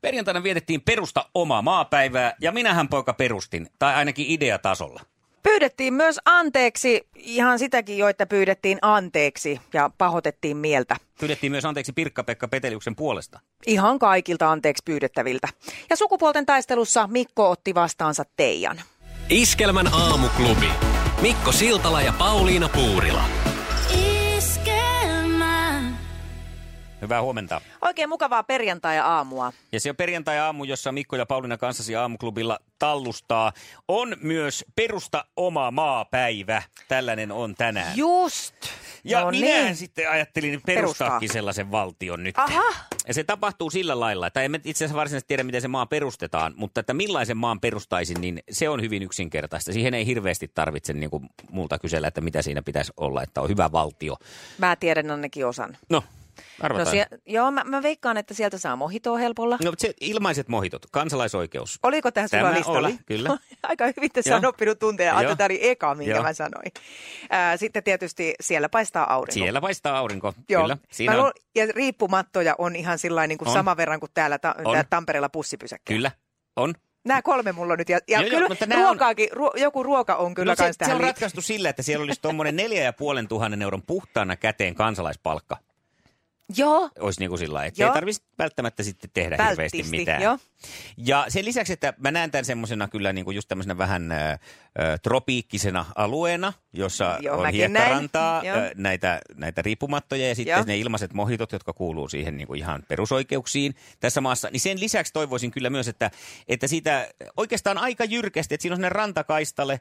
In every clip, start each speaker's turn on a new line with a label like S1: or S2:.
S1: Perjantaina vietettiin perusta omaa maapäivää ja minähän poika perustin, tai ainakin ideatasolla.
S2: Pyydettiin myös anteeksi, ihan sitäkin jo, että pyydettiin anteeksi ja pahoitettiin mieltä.
S1: Pyydettiin myös anteeksi Pirkka-Pekka Peteliuksen puolesta.
S2: Ihan kaikilta anteeksi pyydettäviltä. Ja sukupuolten taistelussa Mikko otti vastaansa Teijan.
S3: Iskelmän aamuklubi. Mikko Siltala ja Pauliina Puurila.
S4: Iskelmä.
S1: Hyvää huomenta.
S2: Oikein mukavaa perjantai-aamua.
S1: Ja se on perjantai-aamu, jossa Mikko ja Pauliina kanssasi aamuklubilla tallustaa. On myös perusta oma maapäivä. Tällainen on tänään.
S2: Just!
S1: ja
S2: no
S1: minähän
S2: niin.
S1: sitten ajattelin perustaakin sellaisen valtion nyt.
S2: Aha,
S1: Ja se tapahtuu sillä lailla, että emme itse asiassa varsinaisesti tiedä, miten se maa perustetaan, mutta että millaisen maan perustaisin, niin se on hyvin yksinkertaista. Siihen ei hirveästi tarvitse niin kuin multa kysellä, että mitä siinä pitäisi olla, että on hyvä valtio.
S2: mä tiedän ainakin osan.
S1: No, arvataan.
S2: No
S1: No,
S2: sie- joo, mä, mä veikkaan, että sieltä saa mohitoa helpolla.
S1: no, mutta se, ilmaiset mohitot, kansalaisoikeus.
S2: Oliko tämä sulla
S1: Tämä
S2: listalla?
S1: oli, kyllä.
S2: Aika hyvin tässä
S1: Joo.
S2: on oppinut tunteja.
S1: Joo.
S2: Ajattelin, tämä oli eka, minkä
S1: Joo.
S2: mä sanoin. Ää, sitten tietysti siellä paistaa aurinko.
S1: Siellä paistaa aurinko,
S2: Joo.
S1: kyllä.
S2: Mä
S1: Siinä
S2: luul-
S1: on,
S2: Ja riippumattoja on ihan sillä niin kuin
S1: On.
S2: saman verran kuin täällä, ta-
S1: On.
S2: tää Tampereella pussipysäkki.
S1: kyllä, on.
S2: Nämä kolme mulla on nyt. Ja, ja
S1: Joo, joo,
S2: kyllä
S1: mutta nää on-
S2: ruokaakin, ruo- joku ruoka on kyllä
S1: no,
S2: kans
S1: se, se
S2: tähän
S1: on
S2: liit-
S1: ratkaistu sillä, että siellä olisi tuommoinen neljä ja puolen tuhannen euron puhtaana käteen kansalaispalkka.
S2: Joo,
S1: Olisi niin kuin sillä lailla, että
S2: Joo.
S1: ei tarvitsisi välttämättä sitten tehdä hirveästi
S2: välttisti.
S1: mitään.
S2: Joo.
S1: Ja sen lisäksi, että mä näen tämän semmoisena kyllä niin kuin just tämmöisenä vähän ö, ö, tropiikkisena alueena, jossa
S2: Joo,
S1: on
S2: mäkin
S1: hiekkarantaa,
S2: näin. Joo.
S1: ö, näitä, näitä riippumattoja ja sitten
S2: Joo.
S1: ne ilmaiset mohitot, jotka kuuluu siihen niin kuin ihan perusoikeuksiin tässä maassa. Niin sen lisäksi toivoisin kyllä myös, että, että siitä oikeastaan aika jyrkästi, että siinä on sellainen rantakaistalle,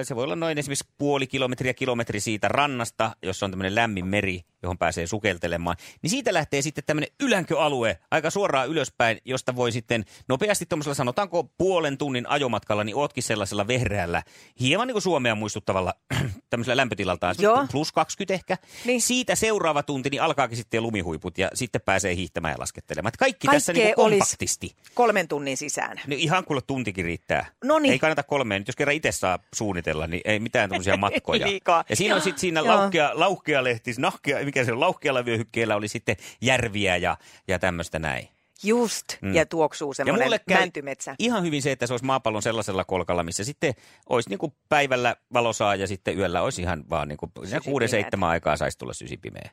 S1: ö, se voi olla noin esimerkiksi puoli kilometriä kilometri siitä rannasta, jossa on tämmöinen lämmin meri, johon pääsee sukeltelemaan, niin siitä lähtee sitten tämmöinen ylänköalue aika suoraan ylöspäin, josta voi sitten nopeasti tuommoisella sanotaanko puolen tunnin ajomatkalla, niin ootkin sellaisella vehreällä, hieman niin kuin Suomea muistuttavalla tämmöisellä lämpötilaltaan,
S2: Joo.
S1: plus 20 ehkä.
S2: Niin.
S1: Niin. Siitä seuraava tunti, niin alkaakin sitten lumihuiput ja sitten pääsee hiihtämään ja laskettelemaan. Että kaikki tässä
S2: Kaikkea
S1: niin kuin
S2: olis.
S1: kompaktisti.
S2: Kolmen tunnin sisään.
S1: No ihan kuule tuntikin riittää.
S2: No niin.
S1: Ei kannata kolmeen. Nyt jos kerran itse saa suunnitella, niin ei mitään tämmöisiä matkoja.
S2: Liikaa.
S1: Ja siinä on sitten siinä
S2: Joo.
S1: laukkea, laukkea lehti, nahkea, mikä se on, laukealla vyöhykkeellä oli sitten järviä ja, ja tämmöistä näin.
S2: Just.
S1: Mm.
S2: Ja tuoksuu
S1: ja
S2: semmoinen
S1: käy
S2: mäntymetsä.
S1: ihan hyvin se, että se olisi maapallon sellaisella kolkalla, missä sitten olisi niin kuin päivällä valosaa ja sitten yöllä olisi ihan vaan niin kuin siinä
S2: Sysipimeät.
S1: kuuden seitsemän aikaa saisi tulla sysipimeä.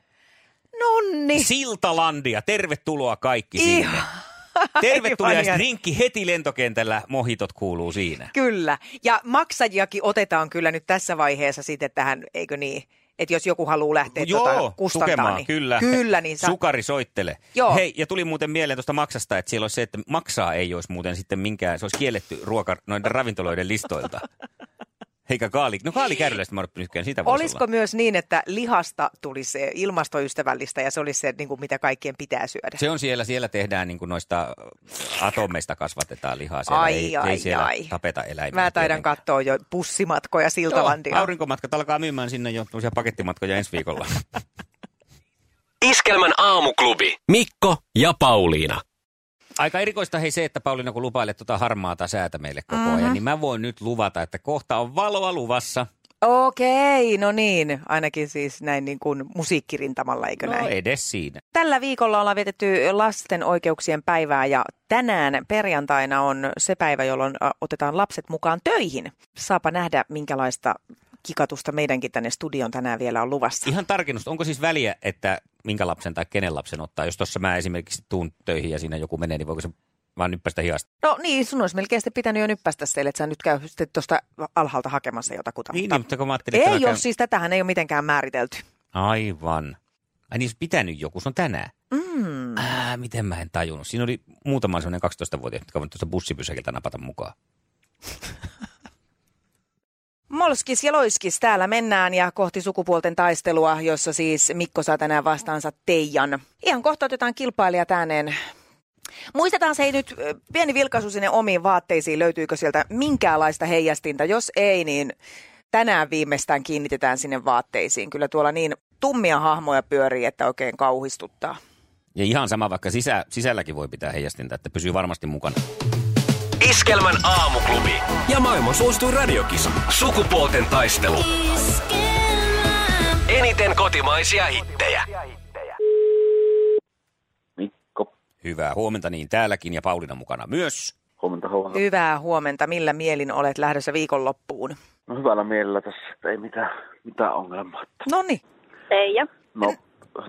S2: Nonni.
S1: Siltalandia, tervetuloa kaikki sinne.
S2: Niin. Ihan.
S1: Tervetuloa ja
S2: Ihania.
S1: drinkki heti lentokentällä, mohitot kuuluu siinä.
S2: Kyllä. Ja maksajiakin otetaan kyllä nyt tässä vaiheessa sitten tähän, eikö niin? Että jos joku haluaa lähteä
S1: Joo,
S2: tuota kustantaa,
S1: tukemaan,
S2: niin
S1: kyllä.
S2: kyllä niin saa.
S1: Sukari soittele.
S2: Joo.
S1: Hei, ja tuli muuten mieleen tuosta maksasta, että siellä olisi se, että maksaa ei olisi muuten sitten minkään, se olisi kielletty ruoka noiden ravintoloiden listoilta. Eikä kaali, no kaalikärryläistä mä oon nytkään, sitä voisi
S2: Olisiko
S1: olla.
S2: myös niin, että lihasta tulisi se ilmastoystävällistä ja se olisi se, niin kuin mitä kaikkien pitää syödä?
S1: Se on siellä, siellä tehdään niin kuin noista atomeista kasvatetaan lihaa. Siellä
S2: Ai,
S1: ei,
S2: ai,
S1: ei siellä
S2: ai.
S1: tapeta eläimiä.
S2: Mä taidan
S1: tietenkään.
S2: katsoa jo pussimatkoja
S1: Joo,
S2: Siltalandia.
S1: aurinkomatkat alkaa myymään sinne jo tuollaisia pakettimatkoja ensi viikolla.
S3: Iskelmän aamuklubi. Mikko ja Pauliina.
S1: Aika erikoista hei se, että Pauliina kun lupailet tuota harmaata säätä meille koko ajan,
S2: Mhm.
S1: niin mä voin nyt luvata, että kohta on valoa luvassa.
S2: Okei, no niin. Ainakin siis näin niin kuin musiikkirintamalla, eikö
S1: no
S2: näin?
S1: edes siinä.
S2: Tällä viikolla ollaan vietetty lasten oikeuksien päivää ja tänään perjantaina on se päivä, jolloin ä, otetaan lapset mukaan töihin. Saapa nähdä, minkälaista kikatusta meidänkin tänne studion tänään vielä on luvassa.
S1: Ihan tarkennus, onko siis väliä, että minkä lapsen tai kenen lapsen ottaa? Jos tuossa mä esimerkiksi tuun töihin ja siinä joku menee, niin voiko se vaan nyppästä hihasta?
S2: No niin, sun olisi melkein sitten pitänyt jo nyppästä sille, että sä nyt käy sitten tuosta alhaalta hakemassa jotakuta.
S1: Niin,
S2: mutta
S1: niin, mutta kun mä ajattelin, että
S2: ei
S1: mä
S2: ole,
S1: käyn-
S2: siis tätähän ei ole mitenkään määritelty.
S1: Aivan. Ai niin, se pitänyt joku, se on tänään. Mm. Ää, miten mä en tajunnut. Siinä oli muutama sellainen 12-vuotias, jotka voin tuosta bussipysäkiltä napata mukaan.
S2: Molskis ja Loiskis, täällä mennään ja kohti sukupuolten taistelua, jossa siis Mikko saa tänään vastaansa Teijan. Ihan kohta otetaan kilpailija tänään. Muistetaan se ei nyt, ö, pieni vilkaisu sinne omiin vaatteisiin, löytyykö sieltä minkäänlaista heijastinta. Jos ei, niin tänään viimeistään kiinnitetään sinne vaatteisiin. Kyllä tuolla niin tummia hahmoja pyörii, että oikein kauhistuttaa.
S1: Ja ihan sama, vaikka sisä, sisälläkin voi pitää heijastinta, että pysyy varmasti mukana.
S3: Iskelmän aamuklubi ja maailman suosituin radiokisa. Sukupuolten taistelu. Eniten kotimaisia hittejä.
S4: Mikko,
S1: Hyvää huomenta niin täälläkin ja Pauliina mukana myös.
S4: huomenta, huomenta.
S2: Hyvää huomenta. Millä mielin olet lähdössä viikonloppuun?
S4: No hyvällä mielellä tässä, että ei mitään, mitään ongelmaa. että-
S2: No niin.
S5: Teija.
S4: No,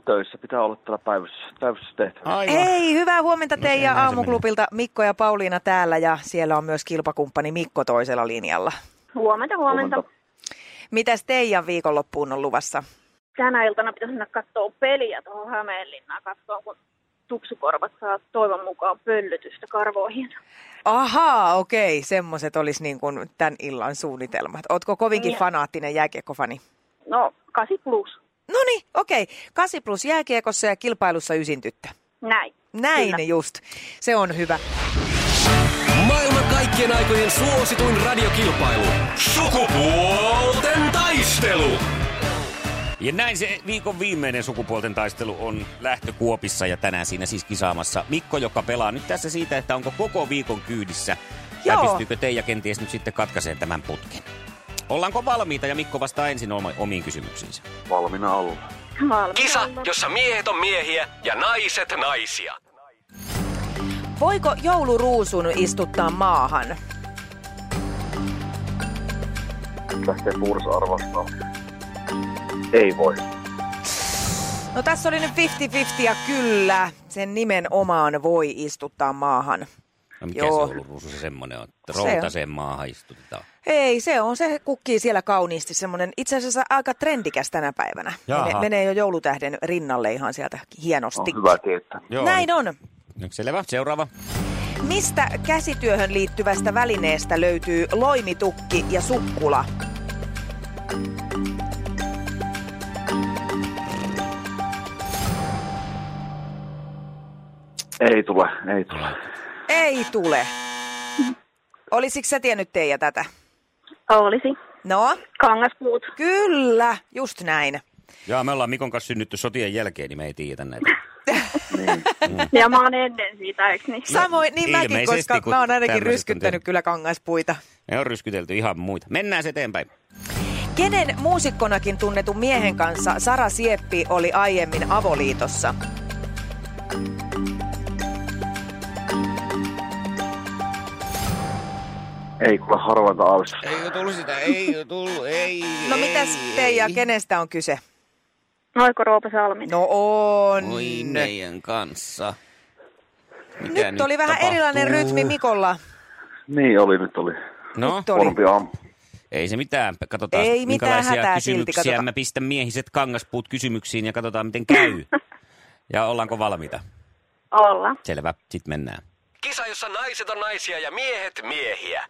S4: töissä pitää olla täällä päivässä, päivässä tehtävä.
S2: Hei, hyvää huomenta teidän
S1: näin No se
S2: aamuklubilta. Mikko ja Pauliina täällä ja siellä on myös kilpakumppani Mikko toisella linjalla.
S5: Huomenta, huomenta.
S4: Huomenta.
S2: Mitäs teidän viikonloppuun on luvassa?
S5: Tänä iltana pitäisi mennä katsoa peliä tuohon Hämeenlinnaan katsoa, kun tuksukorvat saa toivon mukaan pöllytystä karvoihin.
S2: Ahaa, okei. Semmoiset olisi niin kuin tämän illan suunnitelmat. Ootko kovinkin
S5: Niin.
S2: fanaattinen jääkiekkofani?
S5: No, 8 plus.
S2: No niin, okei. 8 plus jääkiekossa ja kilpailussa ysin tyttö.
S5: Näin.
S2: Näin
S5: Kyllä.
S2: just. Se on hyvä.
S3: Maailman kaikkien aikojen suosituin radiokilpailu. Sukupuolten taistelu.
S1: Ja näin se viikon viimeinen sukupuolten taistelu on lähtökuopissa ja tänään siinä siis kisaamassa Mikko, joka pelaa nyt tässä siitä, että onko koko viikon kyydissä.
S2: Joo.
S1: Tai pystyykö Teija kenties nyt sitten katkaiseen tämän putken? Ollaanko valmiita ja Mikko vastaa ensin oma- omiin kysymyksiinsä.
S4: Valmiina olla.
S5: Valmiina.
S3: Kisa, jossa miehet on miehiä ja naiset naisia.
S2: Voiko jouluruusun istuttaa maahan?
S4: Lähtee puuras arvostaa. Ei voi.
S2: No tässä oli nyt 50-50 ja kyllä, sen nimenomaan voi istuttaa maahan.
S1: No mikä
S2: Joo.
S1: se on ollut se semmoinen on, että
S2: Se on.
S1: routaseen maahan istutetaan.
S2: Ei, se on, se kukkii siellä kauniisti. Semmoinen itse asiassa aika trendikäs tänä päivänä.
S1: Jaha.
S2: Mene, menee jo joulutähden rinnalle ihan sieltä
S4: On
S2: hienosti.
S4: hyvä tietää.
S2: Näin on.
S1: No, selvä, seuraava.
S2: Mistä käsityöhön liittyvästä välineestä löytyy loimitukki ja sukkula?
S4: Ei tule, ei tule.
S2: Ei tule. Olisitko sä tiennyt teijä tätä?
S5: Olisi.
S2: No,
S5: Kangaspuut.
S2: kyllä, just
S1: No,
S2: näin.
S1: Jaa, me ollaan Mikon kanssa synnytty sotien jälkeen, niin me ei tiedä näitä.
S5: Ja mä oon ennen siitä, eikö niin?
S2: Samoin, niin mäkin,
S1: ilmeisesti,
S2: koska
S1: kun
S2: mä oon ainakin
S1: tämmöiset on
S2: ryskyttänyt
S1: tehty.
S2: kyllä kangaspuita.
S1: Me on ryskytelty ihan muita. Mennään se eteenpäin.
S2: Kenen muusikkonakin tunnetun miehen kanssa Sara Sieppi oli aiemmin avoliitossa?
S4: Ei kuule harvointa aavistusta.
S1: Ei ole tullut sitä, ei ole tullut, ei.
S2: No mitäs Teija, kenestä on kyse?
S5: Noiko Roope Salmi?
S2: No on.
S1: Voi meidän kanssa. Mitä
S2: niin? Nyt, oli vähän
S1: tapahtuu?
S2: erilainen rytmi Mikolla.
S4: Niin oli, nyt oli.
S1: No,
S2: Nyt oli.
S4: Huonompi aamu.
S1: ei se mitään. Katsotaan,
S2: Ei
S1: ei
S2: mitään
S1: minkälaisia
S2: hätää silti,
S1: kysymyksiä.
S2: katsotaan.
S1: Mä pistän miehiset kangaspuut kysymyksiin ja katsotaan, miten käy. ja ollaanko valmiita?
S5: Olla.
S1: Selvä, sit mennään.
S3: Kisa, jossa naiset on naisia ja miehet miehiä.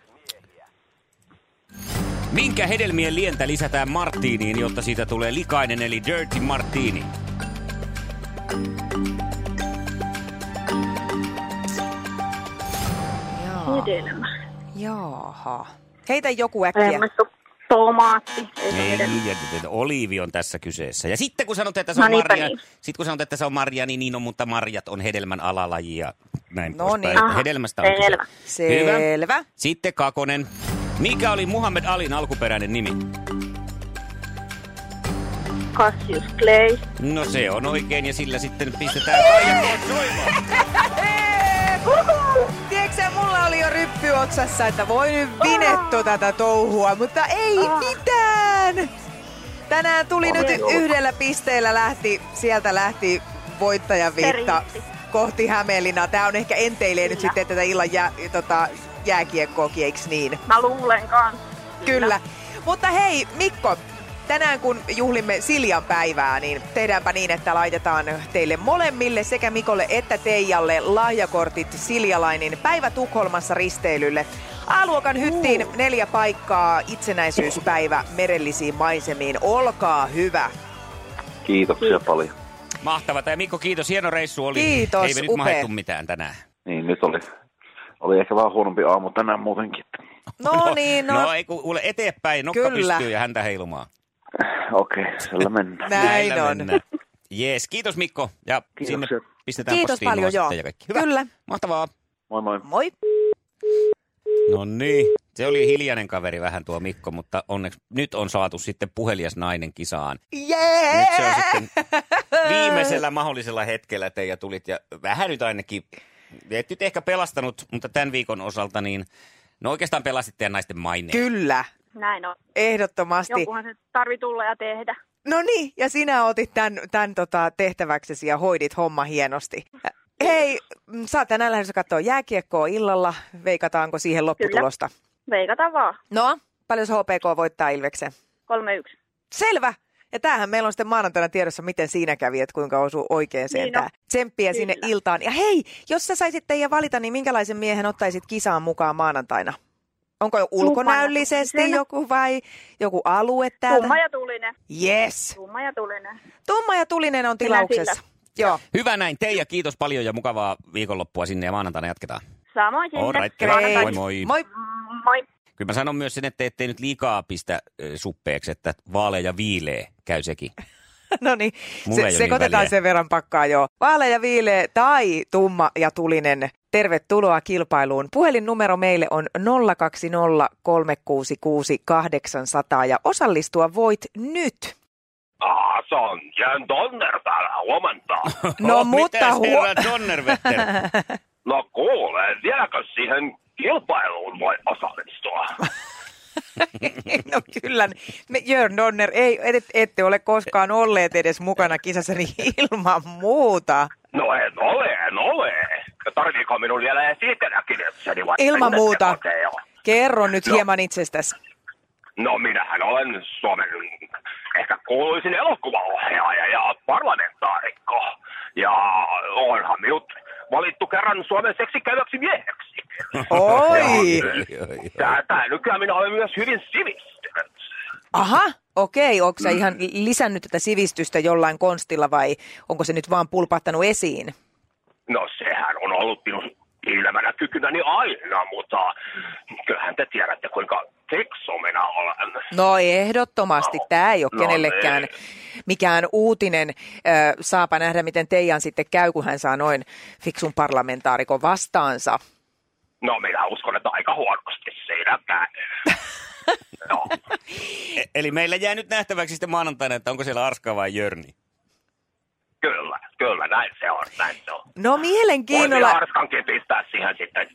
S1: Minkä hedelmien lientä lisätään martiniin, jotta siitä tulee likainen eli dirty martini?
S2: Jaa,
S5: Hedelmä.
S2: Jaaha. Heitä joku äkkiä.
S5: Remmattu. Tomaatti. Ei se
S1: Ei,
S5: hedelmä.
S1: Niin, ja- oliivi on tässä kyseessä. Ja sitten kun sanot, että se on
S5: No niinpä
S1: marja,
S5: niin.
S1: sit kun sanot, että se on marja, niin, niin on, mutta marjat on hedelmän alalaji ja näin
S2: No
S1: poispäin.
S2: niin.
S1: Että
S5: Aha,
S1: Hedelmästä on
S5: selvä.
S1: kyse. Hyvä.
S2: Selvä.
S1: Sitten Kakonen. Mikä oli Muhammed Alin alkuperäinen nimi?
S5: Cassius Clay.
S1: No se on oikein ja sillä sitten pistetään Kaija soimaan.
S2: Tiedätkö sä, mulla oli jo ryppy otsassa, että voi nyt
S5: Ah.
S2: vinetto tätä touhua, mutta ei mitään. Tänään tuli nyt yhdellä pisteellä lähti, sieltä lähti voittajan viitta
S5: Se riitti.
S2: kohti Hämeenlinnaa. Tää on ehkä enteilee nyt
S5: Kyllä.
S2: sitten tätä illan jää, tota, jääkiekkoakin, eiks niin?
S5: Mä luulen kans.
S2: Kyllä. Mutta hei Mikko, tänään kun juhlimme Siljan päivää, niin tehdäänpä niin, että laitetaan teille molemmille sekä Mikolle että Teijalle lahjakortit Siljalainin päivä Tukholmassa risteilylle. A-luokan hyttiin neljä paikkaa itsenäisyyspäivä merellisiin maisemiin. Olkaa hyvä.
S4: Kiitoksia paljon.
S1: Mahtavaa. Ja Mikko, kiitos. Hieno reissu oli.
S2: Kiitos,
S1: Ei me nyt
S2: upea.
S1: mahdettu mitään tänään.
S4: Niin, nyt oli, oli ehkä vähän huonompi aamu tänään muutenkin.
S2: No niin, no,
S1: No ei kun, kuule eteenpäin, nokka
S2: Kyllä.
S1: pystyy ja häntä heilumaan.
S4: Okei, okay, sillä mennään.
S2: näin
S1: Näillä
S2: on.
S1: mennään. Jees, kiitos Mikko. Ja
S4: Kiitoksia.
S1: sinne pistetään
S2: Kiitos
S1: postiin
S2: paljon,
S1: nuo
S2: joo.
S1: sitten ja kaikki. Hyvä.
S2: Kyllä.
S1: Mahtavaa.
S4: Moi moi.
S2: Moi.
S1: No niin. Se oli hiljainen kaveri vähän tuo Mikko, mutta onneksi nyt on saatu sitten puhelias nainen kisaan.
S2: Jee!
S1: Nyt se on sitten viimeisellä mahdollisella hetkellä teidän tulit ja vähän nyt ainakin, et nyt ehkä pelastanut, mutta tämän viikon osalta niin, no oikeastaan pelastitte teidän naisten maineen.
S2: Kyllä,
S5: Näin on.
S2: ehdottomasti.
S5: Jokuhan se tarvii tulla ja tehdä.
S2: No niin, ja sinä otit tämän, tämän tota, tehtäväksesi ja hoidit homma hienosti. Ä, Hei, mm, sä oot tänään lähdössä katsoa jääkiekkoa illalla. Veikataanko siihen lopputulosta?
S5: Veikata vaan.
S2: No, paljon HPK voittaa Ilveksen?
S5: 3-1.
S2: Selvä! Ja tämähän meillä on sitten maanantaina tiedossa, miten siinä kävi, että kuinka osuu oikein sen
S5: Niin
S2: tää.
S5: on.
S2: Tsemppiä sinne
S5: Kyllä.
S2: iltaan. Ja hei, jos sä saisit teidän valita, niin minkälaisen miehen ottaisit kisaan mukaan maanantaina? Onko jo ulkonäöllisesti
S5: Tumma.
S2: joku vai joku alue täältä?
S5: Tumma ja tulinen.
S2: Yes.
S5: Tumma ja tulinen.
S2: Tumma ja tulinen on
S5: Kyllä,
S2: tilauksessa. Joo.
S1: Hyvä näin, Teija, kiitos paljon ja mukavaa viikonloppua sinne ja maanantaina jatketaan.
S5: Samoin sinne.
S1: All right,
S5: Maanantai.
S1: moi moi.
S2: Moi.
S5: Moi.
S1: Kyllä mä sanon myös sen, että ettei nyt liikaa pistä ö, suppeeksi, että vaaleja viilee käy sekin.
S2: No niin,
S1: Mulla ei
S2: se,
S1: ole
S2: se
S1: niin
S2: kotetaan
S1: väliä.
S2: sen verran pakkaa joo. Vaale ja viile tai tumma ja tulinen. Tervetuloa kilpailuun. Puhelinnumero meille on 020 366 800 ja osallistua voit nyt.
S3: Ah, se on Jan Donner täällä, huomenta.
S2: No
S1: Oh,
S2: mutta
S1: mitäs,
S2: huo...
S1: herra Donnerwetter?
S3: No kuule, vieläkö siihen kilpailuun voi osallistua?
S2: no kyllä, me, Jörn Donner, ei, et, ette ole koskaan olleet edes mukana kisassa, niin ilman muuta.
S3: No en ole, en ole. Tarviiko minun vielä esitelläkin itseni? vai-
S2: Ilman muuta.
S3: Okei, joo.
S2: Kerro nyt
S3: No.
S2: hieman itsestäsi.
S3: No minähän olen Suomen ehkä kuuluisin elokuvaohjaaja ja parlamentaarikko. Ja onhan minut valittu kerran Suomen seksikäyväksi mieheksi.
S2: Oi!
S3: Tää, tää nykyään minä olen myös hyvin sivistynyt.
S2: Aha, okei. Onko sä ihan lisännyt tätä sivistystä jollain konstilla vai onko se nyt vaan pulpahtanut esiin?
S3: No sehän on ollut minun ilmänä kykynäni aina, mutta kyllähän te tiedätte kuinka fiksu minä olen.
S2: No ehdottomasti. Tämä ei ole
S3: No
S2: kenellekään mikään uutinen. Ö, Saapa nähdä, miten Teijan sitten käy, kun hän saa noin fiksun parlamentaarikon vastaansa.
S3: No minä uskon, että aika huonosti siinä käy. No,
S1: E- Eli meillä jää nyt nähtäväksi sitten maanantaina, että onko siellä Arska vai Jörni.
S3: kyllä, kyllä, näin se on, näin se on.
S2: No
S3: Voin
S2: mielenkiinnolla,
S3: vielä Arskankin pistää siihen sitten.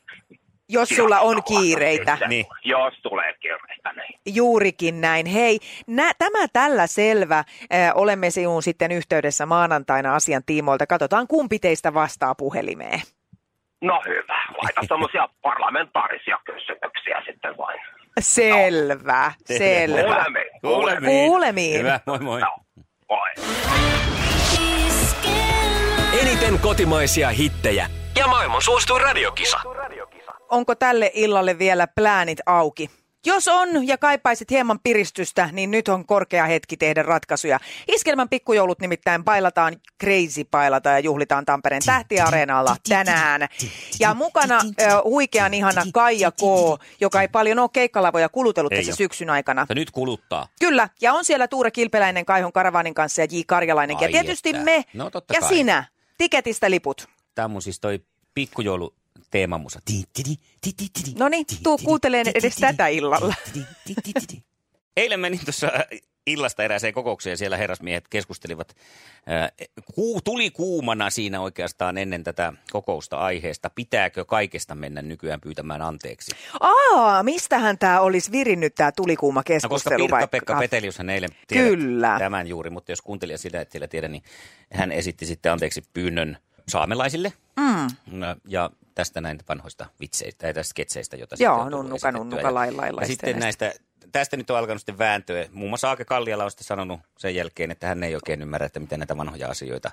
S2: jos sulla on
S3: kirjoittaa.
S2: kiireitä.
S1: Niin.
S3: Jos tulee kiireitä, niin.
S2: Juurikin näin. Hei, nä, tämä tällä selvä. Ö, olemme sinuun sitten yhteydessä maanantaina asian tiimoilta. Katsotaan, kumpi teistä vastaa puhelimeen.
S3: No hyvä, laita semmoisia parlamentaarisia kysymyksiä sitten vain.
S2: Selvä, selvä.
S3: Kuulemiin,
S1: Kuulemiin.
S2: Kuulemiin.
S1: Hyvä, moi moi.
S3: No, moi.
S6: Eniten kotimaisia hittejä ja maailman suosituin radiokisa.
S2: Onko tälle illalle vielä pläänit auki? Jos on ja kaipaisit hieman piristystä, niin nyt on korkea hetki tehdä ratkaisuja. Iskelmän pikkujoulut nimittäin pailataan, crazy pailataan ja juhlitaan Tampereen tähtiareenalla tänään. Ja mukana ö, huikean ihana Kaija K, joka ei paljon ole keikkalavoja kulutellut
S1: Ei
S2: tässä
S1: oo.
S2: syksyn aikana.
S1: Mutta nyt kuluttaa.
S2: Kyllä, ja on siellä Tuure Kilpeläinen Kaihon Karavanin kanssa ja J. Karjalainenkin.
S1: Ai
S2: Ja tietysti
S1: että.
S2: me
S1: No, totta
S2: ja
S1: kai.
S2: sinä. Tiketistä liput.
S1: Tämä on mun siis toi pikkujoulu teemamusa. Ti, ti, ti, ti, ti, ti, ti.
S2: No niin, tuu kuuntelemaan edes tätä illalla.
S1: Eilen menin tuossa äh, illasta erääseen kokoukseen, siellä herrasmiehet keskustelivat. ää, Kuu, tuli kuumana siinä oikeastaan ennen tätä kokousta aiheesta, pitääkö kaikesta mennä nykyään pyytämään anteeksi.
S2: Aa, mistähän tämä olisi virinnyt tämä tulikuuma
S1: No, koska
S2: keskustelu
S1: Pirkka-Pekka Peteliushan eilen tiedät
S2: Kyllä.
S1: tämän juuri, mutta jos kuuntelija sitä et siellä tiedä, niin hän esitti sitten anteeksi pyynnön saamelaisille. Mm. Ja tästä näin vanhoista vitseistä tai tästä sketseistä, jota
S2: Joo,
S1: sitten on tullut
S2: nunnuka,
S1: esitettyä.
S2: nunnuka, lai, lai,
S1: Ja
S2: lai,
S1: sitten
S2: sitten
S1: näistä tästä nyt on alkanut sitten vääntöä. Muun muassa Aake Kalliala on sitten sanonut sen jälkeen, että hän ei oikein ymmärrä, että miten näitä vanhoja asioita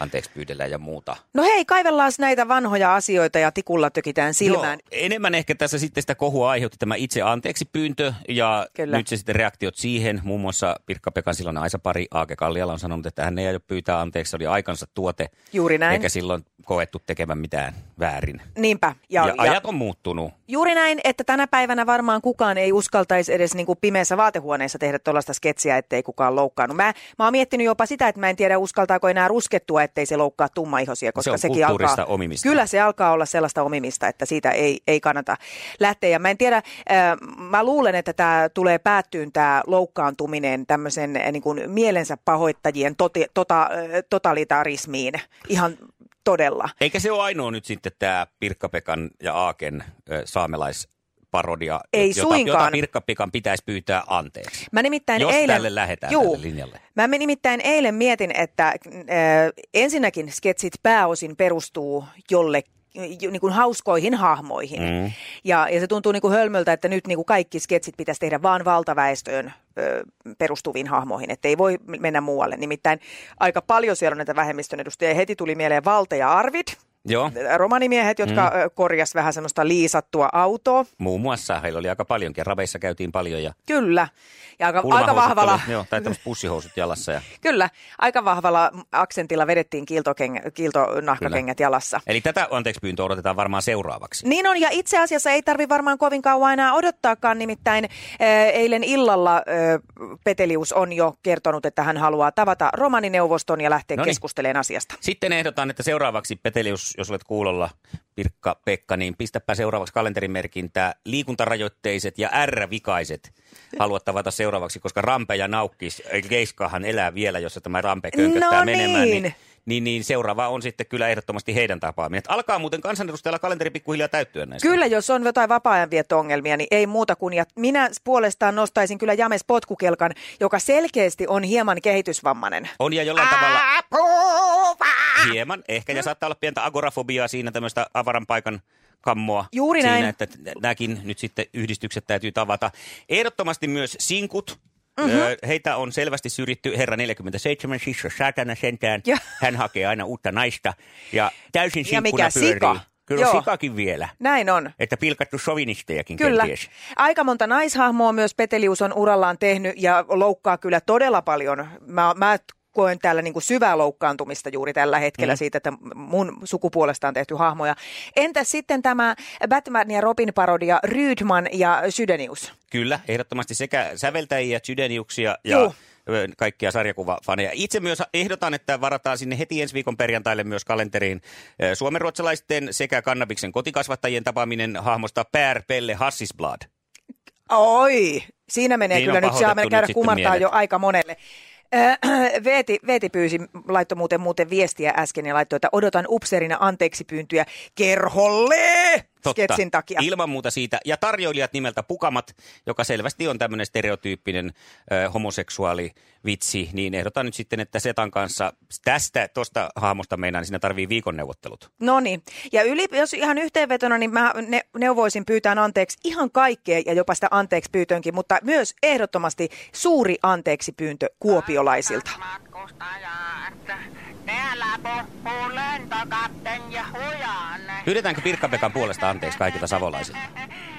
S1: anteeksi pyydellään ja muuta.
S2: No hei, kaivellaan näitä vanhoja asioita ja tikulla tökitään silmään.
S1: Joo, enemmän ehkä tässä sitten sitä kohua aiheutti tämä itse anteeksi pyyntö ja
S2: Kyllä.
S1: Kyllä. nyt se sitten reaktiot siihen. Muun muassa Pirkka-Pekan silloinen Aisa-pari Aake Kalliala on sanonut, että hän ei aio pyytää anteeksi, se oli aikansa tuote.
S2: Juuri näin.
S1: Eikä silloin koettu tekemään mitään väärin.
S2: Niinpä.
S1: Ja, ja ajat on muuttunut.
S2: Juuri näin, että tänä päivänä varmaan kukaan ei uskaltaisi edes niin kuin pimeässä vaatehuoneessa tehdä tuollaista sketsiä, ettei kukaan loukkaannut. Mä, mä oon miettinyt jopa sitä, että mä en tiedä uskaltaako enää ruskettua, ettei se loukkaa tummaihosia, koska
S1: on
S2: sekin
S1: kulttuurista
S2: alkaa...
S1: omimista.
S2: Kyllä se alkaa olla sellaista omimista, että siitä ei, ei kannata lähteä. Ja mä en tiedä, äh, mä luulen, että tämä tulee päättyyn tämä loukkaantuminen tämmöisen äh, niin kuin mielensä pahoittajien toti, tota, äh, totalitarismiin ihan todella.
S1: Eikä se ole ainoa nyt sitten tämä Pirkka-Pekan ja Aaken ö, saamelaisparodia,
S2: Ei
S1: jota,
S2: suinkaan.
S1: jota Pirkka-Pekan pitäisi pyytää anteeksi.
S2: Mä nimittäin
S1: Jos
S2: eilen...
S1: tälle lähdetään
S2: Juu.
S1: tälle linjalle.
S2: Mä me- nimittäin eilen mietin, että äh, ensinnäkin sketsit pääosin perustuu jolle jo- niin kuin hauskoihin hahmoihin. Mm. Ja, ja se tuntuu niin kuin hölmöltä, että nyt niin kuin kaikki sketsit pitäisi tehdä vaan valtaväestöön ö, perustuviin hahmoihin, että ei voi mennä muualle. Nimittäin aika paljon siellä on näitä vähemmistön edustajia. Heti tuli mieleen Valte ja Arvid,
S1: Joo,
S2: romanimiehet, jotka mm. korjas vähän semmoista liisattua autoa.
S1: muun muassa heillä oli aika paljonkin. Raveissa käytiin paljon ja
S2: Kyllä. Ja aika, aika
S1: kulmahousut
S2: vahvalla.
S1: Oli, joo, tai tämmöiset pussihousut jalassa. Ja,
S2: Kyllä, aika vahvalla aksentilla vedettiin kiiltokeng- kiiltonahkakengät jalassa.
S1: eli tätä anteeksi pyyntöä odotetaan varmaan seuraavaksi.
S2: Niin on, ja itse asiassa ei tarvi varmaan kovin kauan enää odottaakaan, nimittäin eh, eilen illalla eh, Petelius on jo kertonut, että hän haluaa tavata romanineuvoston ja lähteä
S1: Noniin.
S2: keskusteleen asiasta.
S1: Sitten ehdotan, että seuraavaksi Petelius, jos olet kuulolla, Pirkka, Pekka, niin pistäpä seuraavaksi kalenterimerkintää liikuntarajoitteiset ja R-vikaiset haluat tavata seuraavaksi, koska Rampe ja Naukkis, eli Geiskahan elää vielä, jossa tämä Rampe könköttää
S2: No
S1: menemään.
S2: niin.
S1: Niin, niin, niin seuraava on sitten kyllä ehdottomasti heidän tapaaminen. Et alkaa muuten kansanedustajalla kalenteri pikkuhiljaa täyttyä näistä.
S2: Kyllä, jos on jotain vapaa-ajan ongelmia, niin ei muuta kuin. Ja minä puolestaan nostaisin kyllä James potkukelkan, joka selkeästi on hieman kehitysvammainen.
S1: On ja jollain tavalla hieman ehkä, ja saattaa olla pientä agorafobiaa siinä tämmöistä avaran paikan kammoa.
S2: Juuri
S1: siinä,
S2: näin.
S1: että nämäkin nyt sitten yhdistykset täytyy tavata. Ehdottomasti myös sinkut.
S2: Mhm.
S1: Mm-hmm. Heitä on selvästi syrjitty. Herra 47, sisko satana sentään.
S2: Ja.
S1: Hän hakee aina uutta naista. Ja täysin
S2: Ja mikä
S1: sinkkuna pyörii.
S2: sika.
S1: Kyllä
S2: Joo.
S1: sikakin vielä.
S2: Näin on.
S1: Että pilkattu sovinistejakin
S2: Kyllä.
S1: kenties.
S2: Aika monta naishahmoa myös Petelius on urallaan tehnyt ja loukkaa kyllä todella paljon. Mä, mä koen täällä niin kuin syvää loukkaantumista juuri tällä hetkellä mm. siitä, että mun sukupuolesta on tehty hahmoja. Entäs sitten tämä Batman ja Robin parodia Rydman ja Sydenius?
S1: Kyllä, ehdottomasti sekä säveltäjiä, Zydeniuksia ja
S2: Joo.
S1: ö, kaikkia sarjakuvafaneja. Itse myös ehdotan, että varataan sinne heti ensi viikon perjantaille myös kalenteriin ö, suomenruotsalaisten sekä kannabiksen kotikasvattajien tapaaminen hahmosta Pär Pelle Hassisblad.
S2: Oi, siinä menee
S1: Niin
S2: kyllä
S1: on
S2: nyt, saa
S1: pahoitettu
S2: käydä
S1: nyt sitten
S2: kumartaa
S1: mielet.
S2: jo aika monelle. Öö, Veeti, Veeti pyysi, laittoi muuten, muuten viestiä äsken ja laittoi, että odotan upseerina anteeksi pyyntyä kerholle sketsin takia.
S1: Ilman muuta siitä. Ja tarjoilijat nimeltä Pukamat, joka selvästi on tämmöinen stereotyyppinen ö, homoseksuaali vitsi, niin ehdotan nyt sitten, että Setan kanssa tästä, tuosta hahmosta meinaan, niin siinä tarvii viikon neuvottelut.
S2: No niin. Ja yli, jos ihan yhteenvetona, niin mä ne, neuvoisin pyytää anteeksi ihan kaikkea ja jopa sitä anteeksi pyytönkin, mutta myös ehdottomasti suuri anteeksi pyyntö kuopiolaisilta.
S7: matkustajaa, että täällä puhuu lentokapten ja hujanne.
S1: Pyydetäänkö Pirkka-Pekan puolesta anteeksi kaikilta savolaisilta?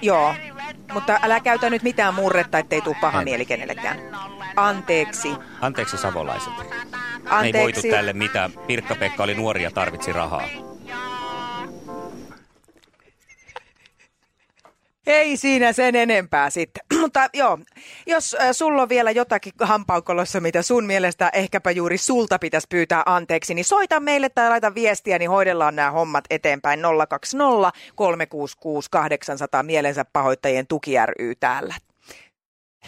S2: Joo, mutta älä käytä nyt mitään murretta, ettei tule paha mieli kenellekään. Anteeksi.
S1: Anteeksi savolaisilta. Anteeksi. Ei voitu
S2: Anteeksi.
S1: tälle mitään. Pirkka-Pekka oli nuori ja tarvitsi rahaa.
S2: Ei siinä sen enempää sitten. Mutta joo, jos äh, sulla on vielä jotakin hampaukolossa, mitä sun mielestä ehkäpä juuri sulta pitäisi pyytää anteeksi, niin soita meille tai laita viestiä, niin hoidellaan nämä hommat eteenpäin 020 366 800 mielensä pahoittajien tuki ry täällä.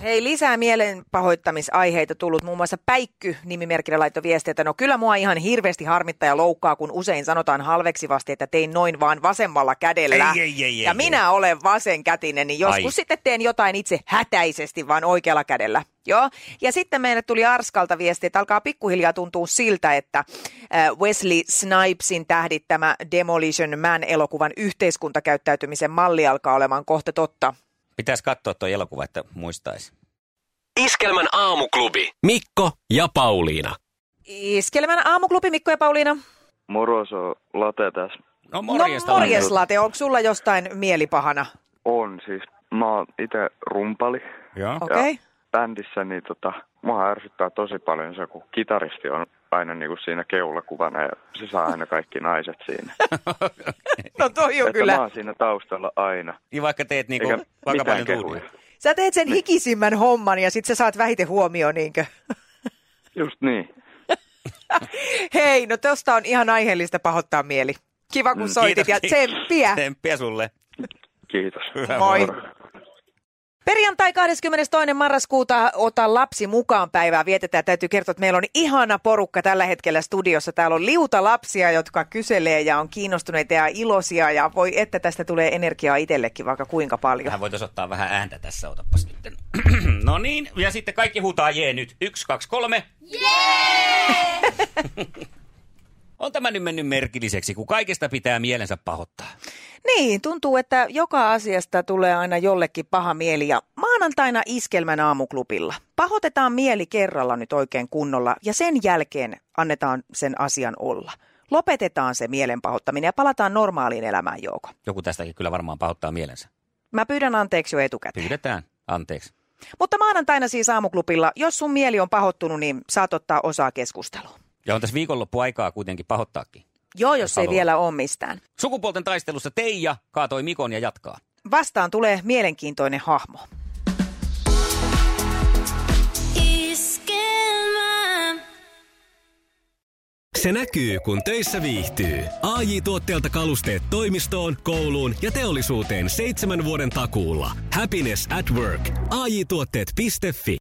S2: Hei, lisää mielenpahoittamisaiheita tullut. Muun muassa Päikky nimimerkillä laittoi viestiä, että no kyllä mua ihan hirveästi harmittaa ja loukkaa, kun usein sanotaan halveksivasti, että tein noin vaan vasemmalla kädellä.
S1: Ei, ei, ei, ei,
S2: ja
S1: ei.
S2: minä olen vasenkätinen, niin joskus
S1: Ai.
S2: sitten teen jotain itse hätäisesti vaan oikealla kädellä. Joo. Ja sitten meille tuli Arskalta viesti, että alkaa pikkuhiljaa tuntua siltä, että äh, Wesley Snipesin tähdittämä Demolition Man-elokuvan yhteiskuntakäyttäytymisen malli alkaa olemaan kohta totta.
S1: Pitäisi katsoa tuo elokuva, että muistaisi.
S3: Iskelmän aamuklubi. Mikko ja Pauliina.
S2: Iskelmän aamuklubi Mikko ja Pauliina.
S4: Moro, se on late tässä.
S1: No morjesta.
S2: no
S1: Lasse.
S2: morjes Late, onko sulla jostain mielipahana?
S4: On siis. Mä oon itse rumpali
S1: Joo.
S2: Okei. Okay.
S4: bändissä, niin tota, mua ärsyttää tosi paljon se, kun kitaristi on aina niinku siinä keulakuvana ja se saa aina kaikki naiset siinä.
S2: No toi on
S4: Että mä
S2: kyllä.
S4: oon siinä taustalla aina.
S1: Ja vaikka teet niinku
S4: Eikä
S1: vaikka
S4: mitään
S1: paljon
S4: kehuja.
S1: tuulia.
S2: Sä teet sen hikisimmän homman ja sit sä saat vähiten huomioon, niinkö?
S4: Just niin.
S2: Hei, no tosta on ihan aiheellista pahoittaa mieli. Kiva kun soitit ja tsemppiä.
S1: Tsemppiä sulle.
S4: Kiitos.
S2: Moi. Perjantai 22. marraskuuta Ota lapsi mukaan päivää vietetään. Täytyy kertoa, että meillä on ihana porukka tällä hetkellä studiossa. Täällä on liuta lapsia, jotka kyselee ja on kiinnostuneita ja iloisia. Ja voi että tästä tulee energiaa itsellekin vaikka kuinka paljon.
S1: Hän voitaisiin ottaa vähän ääntä tässä, otapas nyt. no niin, ja sitten kaikki huutaa jee nyt. Yksi, kaksi, kolme. Jee! On tämä nyt mennyt merkilliseksi, kun kaikesta pitää mielensä pahoittaa.
S2: Niin, tuntuu, että joka asiasta tulee aina jollekin paha mieli ja maanantaina iskelmän aamuklubilla. Pahotetaan mieli kerralla nyt oikein kunnolla ja sen jälkeen annetaan sen asian olla. Lopetetaan se mielen pahoittaminen ja palataan normaaliin elämään jouko.
S1: Joku tästäkin kyllä varmaan pahoittaa mielensä.
S2: Mä pyydän anteeksi jo etukäteen.
S1: Pyydetään anteeksi.
S2: Mutta maanantaina siis aamuklubilla, jos sun mieli on pahoittunut, niin saat ottaa osaa keskusteluun.
S1: Ja on tässä viikonloppuaikaa kuitenkin pahoittaakin.
S2: Joo, jos ei
S1: Haluan.
S2: vielä ole mistään.
S1: Sukupuolten taistelussa Teija kaatoi Mikon ja jatkaa.
S2: Vastaan tulee mielenkiintoinen hahmo.
S6: Iskelmä.
S3: Se näkyy, kun töissä viihtyy. ai tuotteelta kalusteet toimistoon, kouluun ja teollisuuteen seitsemän vuoden takuulla. Happiness at work. AJ-tuotteet.fi.